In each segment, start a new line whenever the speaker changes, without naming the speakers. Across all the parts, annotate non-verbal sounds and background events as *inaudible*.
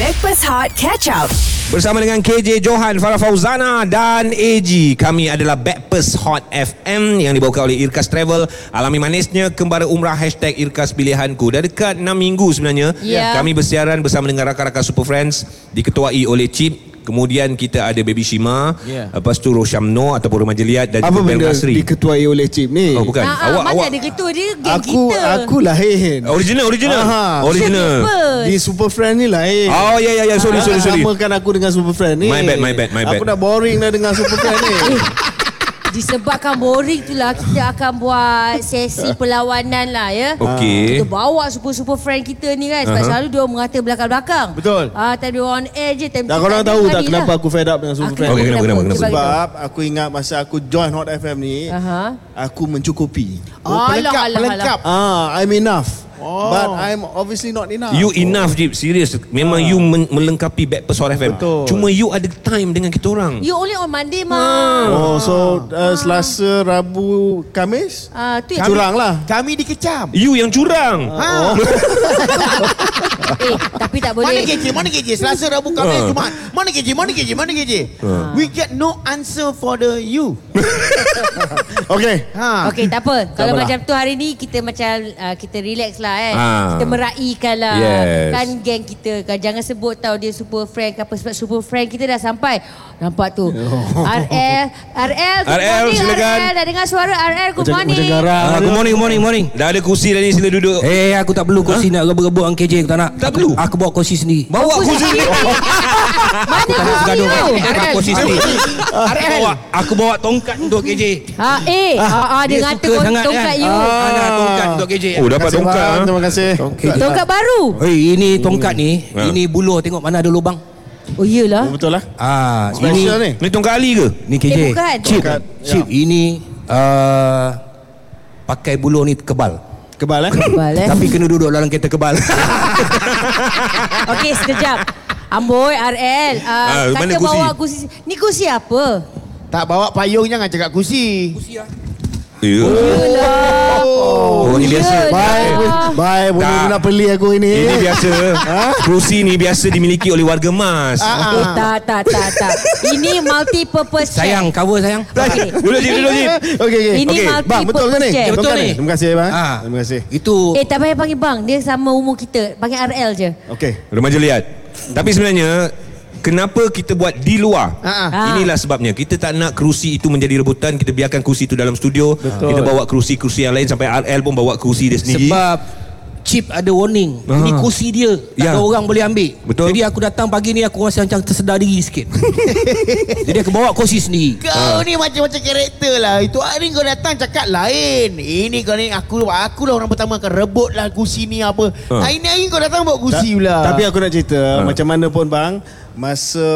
Backpass Hot Catch Up.
Bersama dengan KJ Johan, Farah Fauzana dan AG Kami adalah Backpers Hot FM Yang dibawakan oleh Irkas Travel Alami manisnya Kembara Umrah Hashtag Irkas Pilihanku Dah dekat 6 minggu sebenarnya
Ya.
Kami bersiaran bersama dengan rakan-rakan Super Friends Diketuai oleh Chip Kemudian kita ada Baby Shima
Ya.
Lepas tu Roshamno Ataupun Rumah Jeliat Dan juga
Apa
Bel
benda
Nasri
diketuai oleh Cip ni?
Oh bukan
Ah,
Awak
mana
awak
ada ketua dia geng
Aku
kita. Oh.
aku lain.
Original Original
Aha.
Original
Siapa?
Di Super Friend ni lain.
Oh ya ya ya Sorry sorry
Jangan
sorry
Samakan aku dengan Super Friend ni.
My bad, my bad, my bad.
Aku dah boring dah dengan Super Friend
*laughs*
ni.
Disebabkan boring tu lah kita akan buat sesi perlawanan lah ya.
Okey.
Kita bawa super-super friend kita ni kan sebab
Aha.
uh-huh. selalu dia orang mengata belakang-belakang.
Betul.
Ah, time dia on air je time
Dah
kita
korang
ada
tahu tak
hari
kenapa
lah.
aku fed up dengan Super
Ah,
Friend?
Okay, kenapa, kenapa, kenapa?
Cuba
Sebab aku ingat masa aku join Hot FM ni,
Aha. Oh,
aku mencukupi.
Alah,
pelengkap,
alah,
pelengkap.
Ah, I'm enough.
Oh.
But I'm obviously not
Ah.
enough.
You enough Jip Serius Memang you men- melengkapi Backpast Suara FM
Betul.
Cuma you ada time Dengan kita orang
You only on Monday mah.
Oh, so uh, Selasa, Rabu, Kamis?
Ah, tu
Kami- Curang lah.
Kami dikecam.
You yang curang
Ah.
ha?
Eh, tapi
*laughs*
tak
Mana
boleh.
KJ? Mana KJ? Selasa, Rabu, Khamis, Jumaat. Mana KJ? Mana KJ? Mana KJ? We get no answer for the you.
Okay.
Ha.
Okey, tak apa. Kalau
apalah.
macam tu hari ni kita macam uh, kita relax lah eh.
Ah.
Kita meraihkan lah
Yes.
kan geng kita. Kan jangan sebut tau dia super friend ke apa sebab super friend kita dah sampai. Nampak tu. RL RL good
RL,
morning,
silakan.
RL dah dengar suara RL good
Macam-
morning.
macam garang.
Ah, good morning, good morning, good morning.
Dah ada kursi dah ni Sila duduk
Eh, hey, aku tak perlu kursi nak rebut-rebut dengan KJ. Aku tak nak.
Tak
aku,
perlu?
Aku bawa kursi sendiri.
Bawa
Aku
kursi
sendiri. Mana
Aku tak nak
kursi
bergaduh.
tu?
Aku bawa kursi sendiri. Aku bawa, aku bawa tongkat untuk KJ.
Ha eh ha, ha, dia, kata
suka
kau
sangat,
tongkat you.
Ah, nak tongkat untuk KJ.
Oh dapat
Terima kasih,
tongkat
Bang.
ha?
Terima kasih.
Tongkat.
Tongkat baru.
Hei, ini tongkat ni.
Ah.
Ini buluh tengok mana ada lubang.
Oh
Oh,
iyalah.
betul lah.
Ah, ini
Special ni.
Ni tongkat Ali ke?
ni KJ.
Eh, bukan.
Chip,
Tongkat,
chip ini uh, pakai buluh ni kebal.
Kebal eh?
Kebal eh.
Tapi kena duduk dalam kereta
*laughs*
kebal.
Okey sekejap. Amboi RL. Uh,
Ah,
kata
mana
kursi?
kursi?
bawa kursi. Ni kursi apa?
Tak bawa payung jangan cakap kursi.
Ya Oh, ini biasa
Bye, bye. Boleh
Tak.
nak peli aku ini.
Ini biasa Ha? Kursi ni biasa dimiliki oleh warga emas
Eh, tak, tak, tak, tak. Ini multi-purpose
sayang, cover sayang.
Okay.
Duduk Jip, duduk
*laughs*
Jip
Okey, okey.
Ini
Okey,
multi
Bang, betul ke ni?
purpose
check.
Betul
Betul
ni.
ni.
Terima kasih, bang.
Ah.
Terima kasih.
Itu
Eh, tak payah panggil bang. Dia sama umur kita. Panggil RL je.
Okey.
Remaja lihat Tapi sebenarnya Kenapa kita buat di luar?
Ha,
ha.
Inilah sebabnya Kita tak nak kerusi itu menjadi rebutan Kita biarkan kerusi itu dalam studio Kita bawa kerusi-kerusi yang lain Sampai RL pun bawa kerusi dia sendiri
Sebab chip ada warning.
Ah.
Ini kursi dia. Tak
Ya.
ada orang boleh ambil.
Betul.
Jadi aku datang pagi ni aku rasa macam tersedar
*laughs*
diri sikit. Jadi aku bawa kursi sendiri.
Kau ni macam-macam karakter lah. Itu hari kau datang cakap lain. Ini kau ni aku aku lah orang pertama akan rebut lah kursi ni apa.
Ha.
Ha. Hari ni hari kau datang bawa kursi
Ta-
pula.
Tapi aku nak cerita macam mana pun bang masa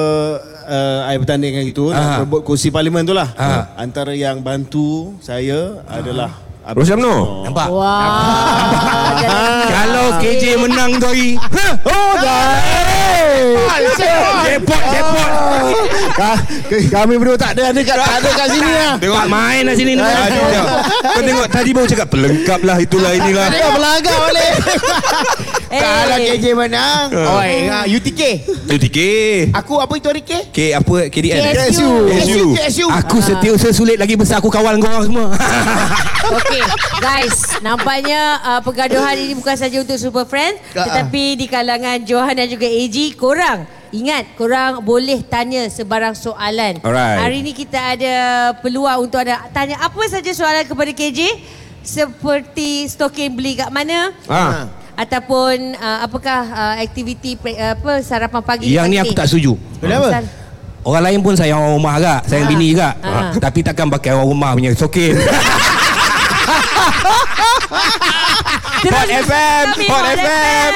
uh, I bertanding dengan itu nak
Ah.
rebut kursi parlimen tu lah.
Ah.
Antara yang bantu saya
Ha.
adalah Abang
Rosyamno
Nampak?
*laughs*
Wah. jadi-
Kalau KJ menang tu hari. Ha? Oh dah.
Jackpot, jackpot
Ka- ke- Kami berdua tak ada ada kat tak ada kat sini lah.
Tengok
Tak main lah sini. ni.
Ah, jom, jom. Kau tengok tadi baru cakap pelengkap lah itulah inilah.
Dah belagak *laughs* balik.
Eh.
lah,
Kalau KJ menang. Oi, ha, UTK.
UTK.
Aku apa itu hari K?
K apa KDN?
KSU.
KSU.
KSU.
Ah.
Aku setiausaha sulit lagi besar aku kawal korang semua. *laughs*
Okey, guys, nampaknya uh, pergaduhan ini bukan saja untuk Super Friends
Ah.
tetapi di kalangan Johan dan juga AG korang Ingat, korang boleh tanya sebarang soalan.
Alright.
Hari ini kita ada peluang untuk anda tanya apa saja soalan kepada KJ seperti stoking beli kat mana
Ah.
ataupun uh, apakah uh, aktiviti pre, uh, apa sarapan pagi
Yang ni aku tak setuju.
Kenapa?
Orang lain pun sayang orang rumah agak Sayang
Ah.
bini juga
Ah.
Tapi takkan pakai orang rumah punya
*laughs*
Sokin
Hot FM, Hot FM.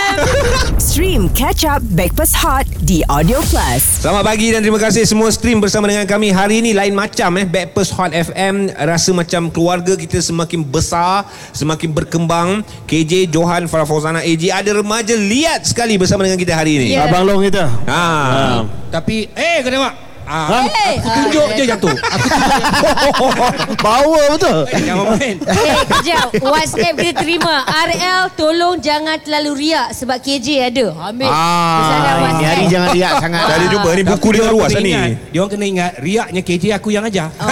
Stream Catch Up Backpass Hot di Audio Plus.
Selamat pagi dan terima kasih semua stream bersama dengan kami hari ini lain macam eh Backpast Hot FM rasa macam keluarga kita semakin besar semakin berkembang KJ Johan Farah Fauzana AG ada remaja liat sekali bersama dengan kita hari ini
Ya.
Abang Long kita.
ha
Tapi Eh kau tengok
Ah.
Ha?
Eh,
Aku tunjuk je
*laughs*
jatuh. Aku
Power betul.
Jangan main.
Eh, kejap. WhatsApp kita terima. RL, tolong jangan terlalu riak sebab KJ ada. Ambil.
Ah,
pesanan
Ah, ini
WhatsApp.
hari jangan riak sangat.
Saya ada jumpa ni buku dia luas lah ni.
Dia orang kena ingat riaknya KJ aku yang ajar.
Ah.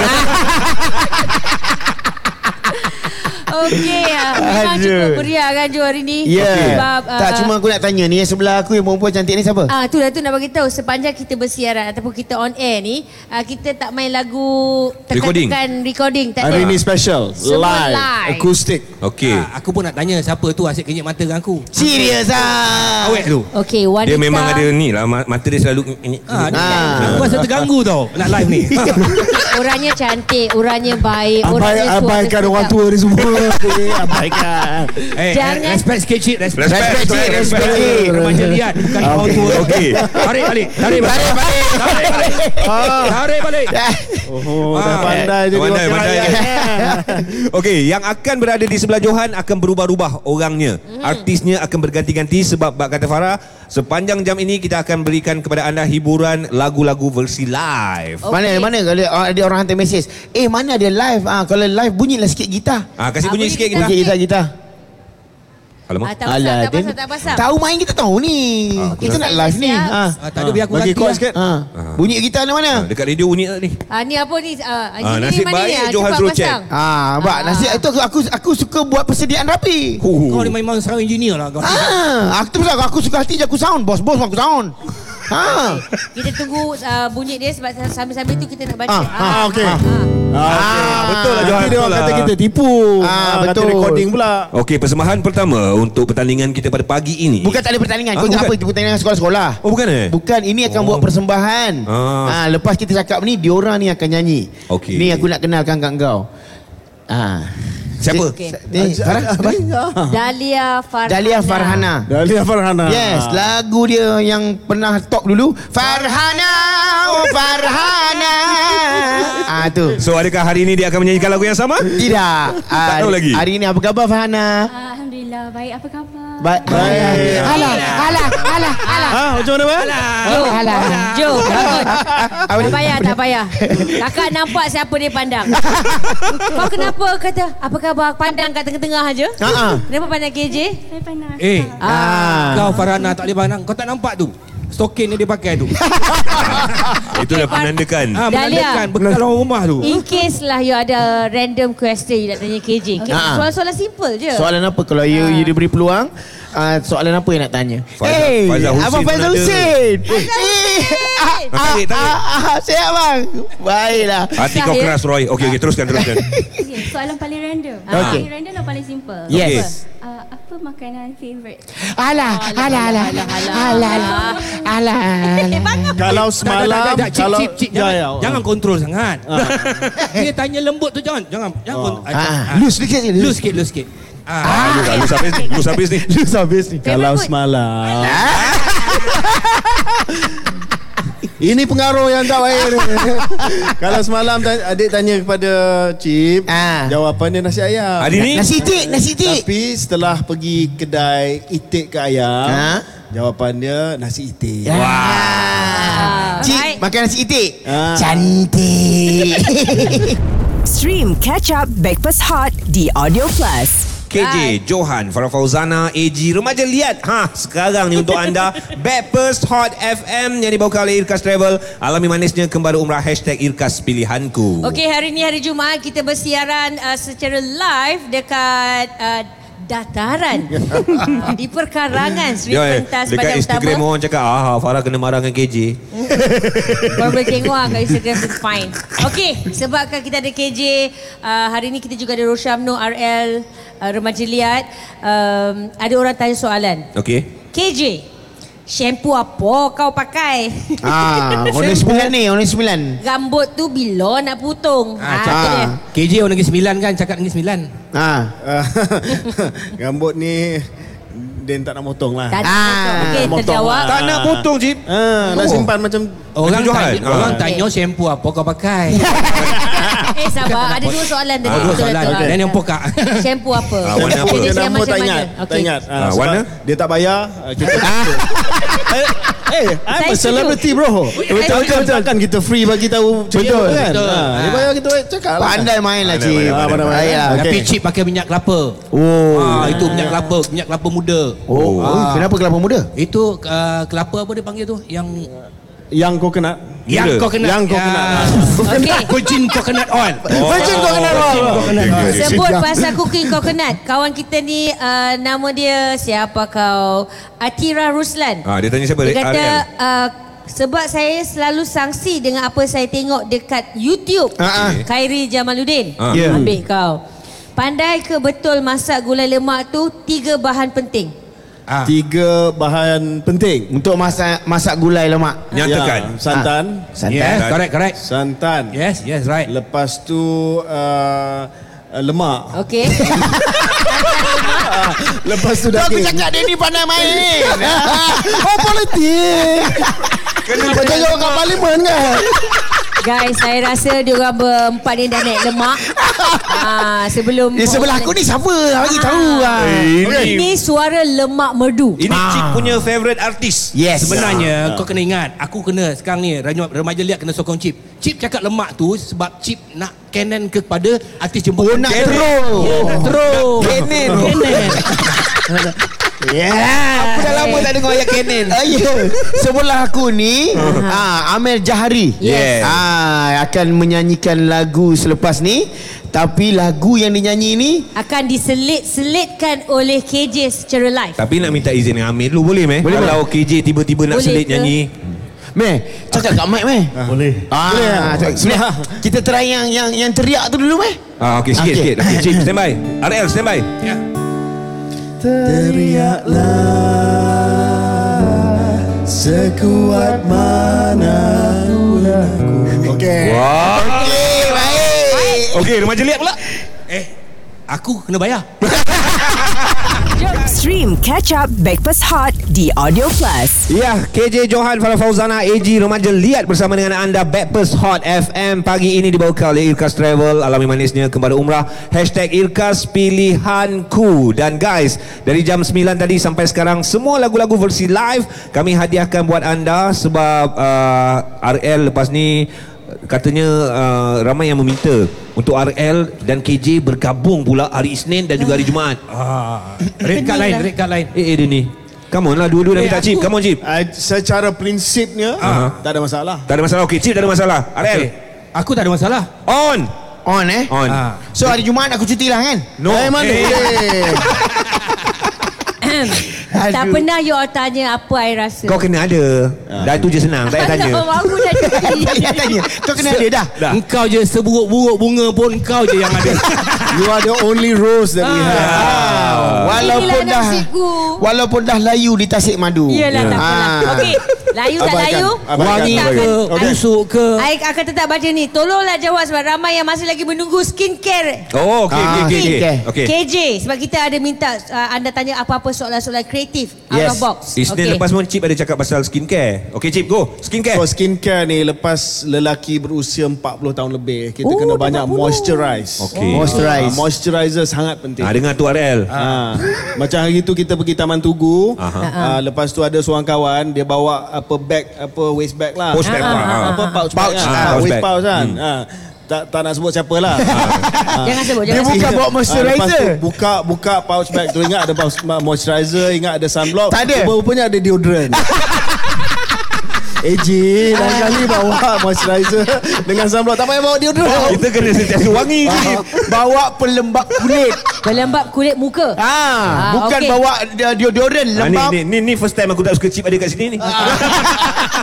Okey, ah, memang
Aduh.
cukup meriah kan Jo hari ni.
Ya.
Sebab, ah,
Tak cuma aku nak tanya ni yang sebelah aku yang perempuan cantik ni siapa?
Ah tu lah tu nak bagi tahu sepanjang kita bersiaran ataupun kita on air ni ah, kita tak main lagu
Recording.
tekan recording tak
Hari
ada.
ni special.
Semua
Live.
live.
Acoustic.
Okey.
Ah, aku pun nak tanya siapa tu asyik kenyit mata dengan aku.
Serius ah.
Awek tu.
Okey, wanita.
Dia memang ada ni lah ma- mata dia selalu ni.
Ah, dia-
Ah.
Aku rasa terganggu tau nak live
*laughs*
ni.
Orangnya cantik, orangnya baik,
Abai,
orangnya suara
abaikan
sedap.
orang tua ni semua. Eh, *laughs* abaikan.
Eh,
Jangan-
respect sikit cik, respect.
Respect,
Respect,
respect,
respect,
respect.
Eh, respect. Remaja liat kan? bukan orang tua.
Okey.
Tarik balik, tarik balik. Tarik balik. Tarik balik. Tarik balik.
Oh, dah
Ah,
pandai
eh,
jadi
pandai,
wakil
pandai.
rakyat.
*laughs*
*laughs*
Okey, yang akan berada di sebelah Johan akan berubah-ubah orangnya.
Hmm.
Artisnya akan berganti-ganti sebab bak kata Farah, sepanjang jam ini kita akan berikan kepada anda hiburan lagu-lagu versi live.
Okey.
Mana mana kalau ada orang hantar mesej, eh mana ada live ah kalau live bunyilah sikit gitar.
Ah, kasih
Ah,
bunyi
boleh
sikit
kita-
kita.
Sikit gitar gitar.
Ah,
Alamak.
tak pasal, tak
dia-
pasal, tak pasal.
Tahu main kita tahu ni.
Ah, aku
kita
tak-
nak live ni.
Siap.
Ha.
Ah, tak ada biar aku
Bagi
ganti
kod
lah.
sikit.
Ha.
Ah.
Bunyi gitar ni
Ah,
mana?
dekat radio bunyi tak ni.
Ah ni apa ni? Ah,
Ah,
engineer
nasib
mana ni?
baik
Ah,
Johan
cepat
suruh
pasang.
Ah,
Ah.
bak nasi itu aku, aku aku suka buat persediaan rapi.
Kau
Huh.
ni memang seorang engineer lah kau.
Ah, aku tu pasal aku suka hati je aku sound, bos-bos aku sound. Ha.
*laughs* Kita tunggu ah, bunyi dia sebab sambil-sambil tu kita nak baca.
Ah,
Ah, okey. Ah,
Ah,
betul lah
Johan,
Nanti dia
betul
orang
lah.
kata kita tipu.
Ah,
kata
betul.
recording pula.
Okey, persembahan pertama untuk pertandingan kita pada pagi ini.
Bukan tak ada pertandingan. Kau
Ah,
ingat apa
bukan.
itu pertandingan sekolah-sekolah?
Oh, bukan eh?
Bukan, ini akan buat persembahan.
Ah.
Ah, lepas kita cakap ni diorang ni akan nyanyi.
Okey.
Ni aku nak kenalkan kat kau. Ah.
Siapa?
Ni, ni, Farah, apa?
Dahlia Farhana.
Ah. Dahlia Farhana.
Dahlia Farhana.
Ah.
Yes, lah. lagu dia yang pernah top dulu Farhana, oh Farhana. ah tu.
So adakah hari ini dia akan menyanyikan lagu yang sama?
Tidak. Ah,
tahu lagi.
Hari ini apa khabar Farhana?
Alhamdulillah baik apa khabar?
Baik. Baik.
Alah, alah, alah, alah.
Ah, macam mana bang?
Jo, alah. Jo, bangun.
Apa
Tak
ni?
payah, tak payah. Kakak nampak siapa dia pandang. Kau kenapa kata, apa khabar? Pandang kat tengah-tengah aja.
Ha-ha.
Kenapa pandang KJ?
Saya panas.
Eh,
Ah.
kau Farhana tak boleh pandang. Kau tak nampak tu. Stokin yang dia pakai
*laughs*
tu.
Itu dah penandakan.
Ah, menandakan
Dahlia.
bekal orang rumah tu.
In case lah you ada random question you nak tanya KJ. Okay.
Ha-ha.
Soalan-soalan simple je.
Soalan apa kalau you, you diberi peluang? Uh, soalan apa yang nak tanya?
Faizal- Faizal Husin
Abang
pun
Faizal
ada.
Hussein.
Ah, tarik, tarik.
Sihat bang. Baiklah.
Hati kau
Sahir.
keras Roy. Okey, okey teruskan teruskan.
Okay, soalan paling random.
Okey.
Paling random dan paling simple.
Yes.
Uh, apa makanan favourite?
Alah, alah, alah, alah, alah, Eh, alah, alah.
Kalau
Tak, tak,
semalam
tak, tak, cik,
kalau
cik, cik,
Ya,
jangan,
ya, ya.
jangan kontrol sangat. *laughs* Dia tanya lembut tu jangan, jangan, jangan. Oh.
Ah, loose sikit je,
Loose
loose.
sikit, loose sikit. Ah,
Ah, lu lu habis ni. Lu habis ni.
Terus habis ni. Kalau
food?
semalam. *laughs* Ini pengaruh yang tak baik ni. Kalau semalam ta- adik tanya kepada Cip,
Ah.
jawapannya nasi ayam.
Hari ni
Nasi cik, nasi cik.
Tapi setelah pergi kedai itik ke ayam,
Ah.
jawapannya nasi itik.
Wah. Ah.
Baik.
Cik, makan nasi itik.
Ah.
Cantik.
Stream Catch Up Backpass Hot di Audio Plus.
KJ, Johan, Farah Fauzana, AG, Remaja Liat. Ha, sekarang ni untuk anda. Backpers Hot FM yang dibawa oleh Irkas Travel. Alami manisnya kembali umrah hashtag Irkas Pilihanku.
Okey, hari ni hari Jumaat kita bersiaran uh, secara live dekat uh, dataran Uh, di perkarangan Seri
Dia, Ya,
Pentas
dekat
Badan
Instagram
Utama.
orang cakap, ah, Farah kena marah dengan KJ.
Baru boleh tengok lah kat Instagram tu fine. Okey, sebabkan kita ada KJ, uh, hari ni kita juga ada Roshamno RL uh, Remaja Liat. Um, ada orang tanya soalan.
Okey.
KJ, shampoo apa kau pakai? *laughs*
*laughs* Ah, orang sembilan ni, orang sembilan.
Rambut tu bila nak putung?
Ah,
cakap.
dia.
KJ orang negeri sembilan kan, cakap negeri sembilan.
Ah.
Ah, *laughs* Rambut ni Din tak nak potong lah.
Tak ada
Ah,
potong. Okey,
potong
terjawab.
lah. Tak nak potong,
Cip.
Ah, nak
Oh.
simpan macam
Orang
Johan.
tanya,
Ah.
orang tanya shampoo apa kau
*laughs*
pakai.
Eh sabar Ada dua soalan tadi
Ah, dua
Betul
soalan.
tak?
Okay. Dan yang pokak.
Shampoo apa
Ah, warna apa?
Jenis
Dia
yang
nama
macam
tak
mana
ingat. Ah,
Okey.
Tak ingat.
Ah,
sebab
*laughs*
warna?
Dia tak bayar. ah, Kita eh, eh, Why? I'm a
setuju.
celebrity bro. Betul betul takkan kita free bagi tahu cerita
Betul,
apa kan.
betul.
Ha, dia bayar kita baik cakap lah.
Pandai main lah
Pandai,
cik.
pandai, pandai,
pandai.
Ayah.
Okey.
Tapi cip pakai minyak kelapa.
Oh.
Ah, itu minyak kelapa, minyak kelapa muda.
Oh, oh, kenapa kelapa muda?
Itu uh, kelapa apa dia panggil tu? Yang
Yang kau kena.
yang Ya.
Muda.
kau kena.
Yang kau kena.
*laughs*
Okey.
Kucing kau kena on.
Ah. Oh,
Macam kau kena
Eh,
Sebut
lah.
pasal cooking coconut. Kawan kita ni uh, nama dia siapa kau? Atira Ruslan.
Ah, dia tanya siapa?
Dia kata
RL.
uh, sebab saya selalu sangsi dengan apa saya tengok dekat YouTube.
Ah, ah.
Khairi Jamaluddin.
Ah.
Ya.
Ambil kau. Pandai ke betul masak gulai lemak tu tiga bahan penting?
Tiga bahan penting.
Untuk masak masak gulai lemak.
Nyatakan.
Ya, santan.
Santan.
Yes, correct, correct.
Santan.
Yes, yes, right.
Lepas tu uh, lemak.
Okey.
*laughs*
Lepas tu
Tu aku
daging.
cakap dia ni pandai *laughs* main.
Oh politik. Kau tengok kat parlimen kan.
Guys, saya rasa diorang berempat ni dah naik lemak. Ah, sebelum Ah.
Dia sebelah aku ni siapa? Bagi tahu lah.
Eh,
Eh,
Ini suara lemak merdu.
Ini Cik
Ah.
punya favourite artis.
Yes.
Sebenarnya kau kena ingat, aku kena sekarang ni remaja, remaja liat kena sokong Cip. Cip cakap lemak tu sebab Cip nak canon ke kepada artis
Oh,
jemputan.
nak
Canon.
terus.
Ya, nak terus. Canon. Canon.
Ya. Yeah. Aku dah lama tak dengar ayat Kenan. Uh, yeah. Sebelah aku ni ah Amir Jahari.
Yes.
Ah akan menyanyikan lagu selepas ni tapi lagu yang dinyanyi ni
akan diselit-selitkan oleh KJ secara live.
Ah.
Tapi nak minta izin dengan Amir dulu boleh meh? Boleh Kalau KJ tiba-tiba nak
Boleh
selit
ke?
nyanyi.
meh cakap kat mic meh.
Boleh.
Ah,
Boleh.
ah, cakap- Meh, kita try yang yang yang teriak tu dulu meh.
Ah okey sikit
Okey.
sikit. Okey Cik stand by. RL stand by.
Ya.
Teriaklah sekuat mana aku. Okey.
Wah.
Okey, baik.
Okey remaja liat pula.
Eh, aku kena bayar.
Stream Catch Up Backpass Hot di Audio Plus.
Ya, KJ Johan Farah Fauzana AG Remaja Liat bersama dengan anda Backpast Hot FM pagi ini dibawakan oleh Irkas Travel alami manisnya kembali umrah hashtag Irkas Pilihanku dan guys dari jam 9 tadi sampai sekarang semua lagu-lagu versi live kami hadiahkan buat anda sebab uh, RL lepas ni katanya uh, ramai yang meminta untuk RL dan KJ bergabung pula hari Isnin dan juga hari Jumaat
Ah, red card
lah.
lain, red card lain.
eh eh dia ni come on lah dua-dua dah
Eh,
minta chip
aku-
come on chip
Uh, secara prinsipnya
Ah.
tak ada masalah.
tak ada masalah okey chip tak ada masalah RL
Okay. Eh, Aku tak ada masalah.
On.
On eh.
On.
Ah.
So hari Jumaat aku cuti lah kan?
No.
Eh, mana
Eh.
boleh.
tak pernah you all tanya apa I rasa.
Kau kena ada. Dah tu je senang. Tak payah
*laughs*
tanya.
Kalau aku
*laughs*
dah jadi.
Tak payah tanya. Kau kena ada dah.
Dah.
Engkau je seburuk-buruk bunga pun kau je yang
*laughs*
ada.
You are the only rose that we have.
Ah.
lah
Walaupun
Inilah
dah
nasibku.
Walaupun dah layu di tasik madu.
Yelah tak apalah.
Ah.
Okey. Layu tak
Abaikan.
layu?
Abaikan.
Wangi
Abaikan.
ke,
Okey.
busuk ke.
I akan tetap baca ni. Tolonglah jawab sebab ramai yang masih lagi menunggu skincare.
Oh, okey okey
Ah,
okey okey.
skincare.
Okey.
KJ sebab kita ada minta uh, anda tanya apa-apa soalan-soalan kreatif out
Yes.
of box.
Isnin
Okey.
lepas pun Cip ada cakap pasal skincare. Okey Cip, go. Skincare.
For skincare ni lepas lelaki berusia 40 tahun lebih kita
Oh,
oh, kena banyak
40.
moisturize.
Okey.
Ah,
Moisturize.
moisturizer sangat penting.
Ah dengar tu RL.
Ha. Macam hari tu kita pergi Taman Tugu.
Aha.
Ha, lepas tu ada seorang kawan dia bawa apa bag apa waist bag lah.
Pouch bag, Ah, ah, ah.
Apa
Pouch,
pouch, bag.
ah,
kan? Ah,
pouch
waist
bag.
pouch kan. Ha. Tak tak nak sebut siapa lah. Ha.
Jangan sebut,
Dia
jangan sebut.
bukan bawa
Ah, lepas tu
moisturizer.
buka buka pouch bag tu ingat ada pouch- moisturizer, ingat ada sunblock.
Tak ada.
Rupa-rupanya ada *laughs* deodorant. AJ lain kali bawa moisturizer dengan sunblock. Tak payah bawa deodorant.
Kita kena sentiasa wangi
Ah.
Cip.
*laughs* bawa pelembab kulit.
Pelembab kulit muka.
Ah, bukan
okey.
bawa de- deodorant
Ah,
lembab.
ni, ni, ni, ni first time aku tak suka Cip ada kat sini ni.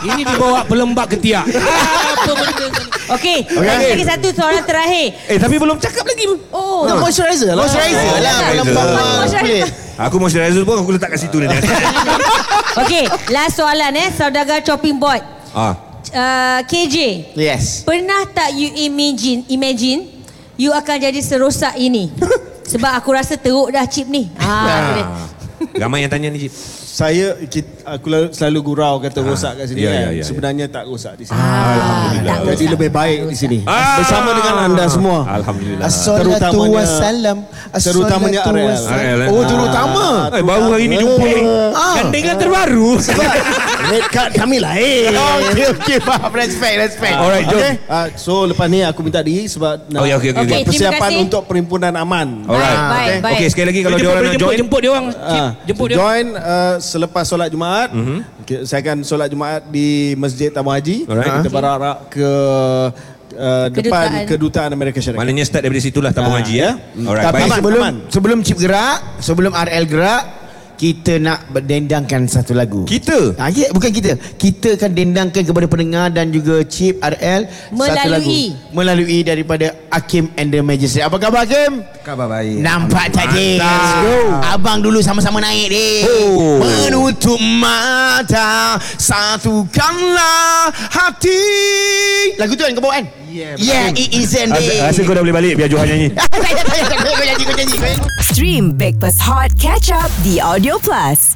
Ini dibawa pelembab ketiak.
Apa benda ni? Okey, okay. lagi satu soalan terakhir.
Eh, tapi belum cakap lagi.
Oh,
Tak moisturizer lah.
Moisturizer lah
Moisturizer.
pelembab
Ah, Moisturizer.
kulit.
Aku moisturizer pun aku letak kat situ ni.
Okey, last soalan eh saudagar chopping board.
ah.
Uh, KJ,
Yes.
pernah tak you imagine imagine you akan jadi serosak ini? Sebab aku rasa teruk dah chip ni. Ah,
Ramai yang tanya ni Cip.
saya kit- aku lalu- selalu gurau kata rosak kat sini
Ya,
kan.
ya, ya, ya.
Sebenarnya tak rosak di sini.
Alhamdulillah.
Ah,
tak
Jadi
rosak,
lebih
tak
baik di
rosak.
sini. Bersama dengan anda semua.
Alhamdulillah.
Assalatu
Terutamanya-
wassalam.
terutamanya
Assalatu
Ariel.
wassalam.
Ariel, eh?
Oh, terutama.
Eh, baru hari ni jumpa. Gandengan terbaru.
Red card kami lah, eh. lain.
Okay, okay, faham. Respect, respect.
Ah. Alright, jom.
Okay. Uh, so lepas ni aku minta diri sebab nak
Oh, ya, okey, okey, okey.
Okey, terima
persiapan
kasih.
untuk perhimpunan aman.
Alright.
Baik, baik, baik.
Okey, sekali lagi kalau
Jemput,
dia orang nak
jemput,
join.
Jemput dia orang. Cip,
Ah,
Jemput dia.
join uh, selepas solat Jumaat. Okay, saya akan solat Jumaat di Masjid Tamu Haji.
Alright.
Kita berarak ke uh, depan
Kedutaan.
kedutaan Amerika Syarikat.
Maknanya start daripada situlah tabung
Ah,
haji
ya.
ya. Alright,
Tapi
baik.
Aman,
sebelum
aman.
sebelum chip gerak, sebelum RL gerak, kita nak berdendangkan satu lagu.
Kita?
Ah, ya, bukan kita. Kita akan dendangkan kepada pendengar dan juga chip RL satu
Melalui.
lagu. Melalui daripada Hakim and the Magistrate. Apa khabar Hakim?
Khabar baik.
Nampak tak Jin? Let's go. Abang dulu sama-sama naik deh.
Oh.
Menutup mata, satukanlah hati. Lagu tu kan kau bawa kan?
Yeah,
Yeah, it is and day. *laughs*
kau dah boleh balik biar Johan nyanyi.
Tak, tak, tak, tak. Kau janji, kau janji, kau janji.
Stream Breakfast Hot Catch Up The Audio Plus.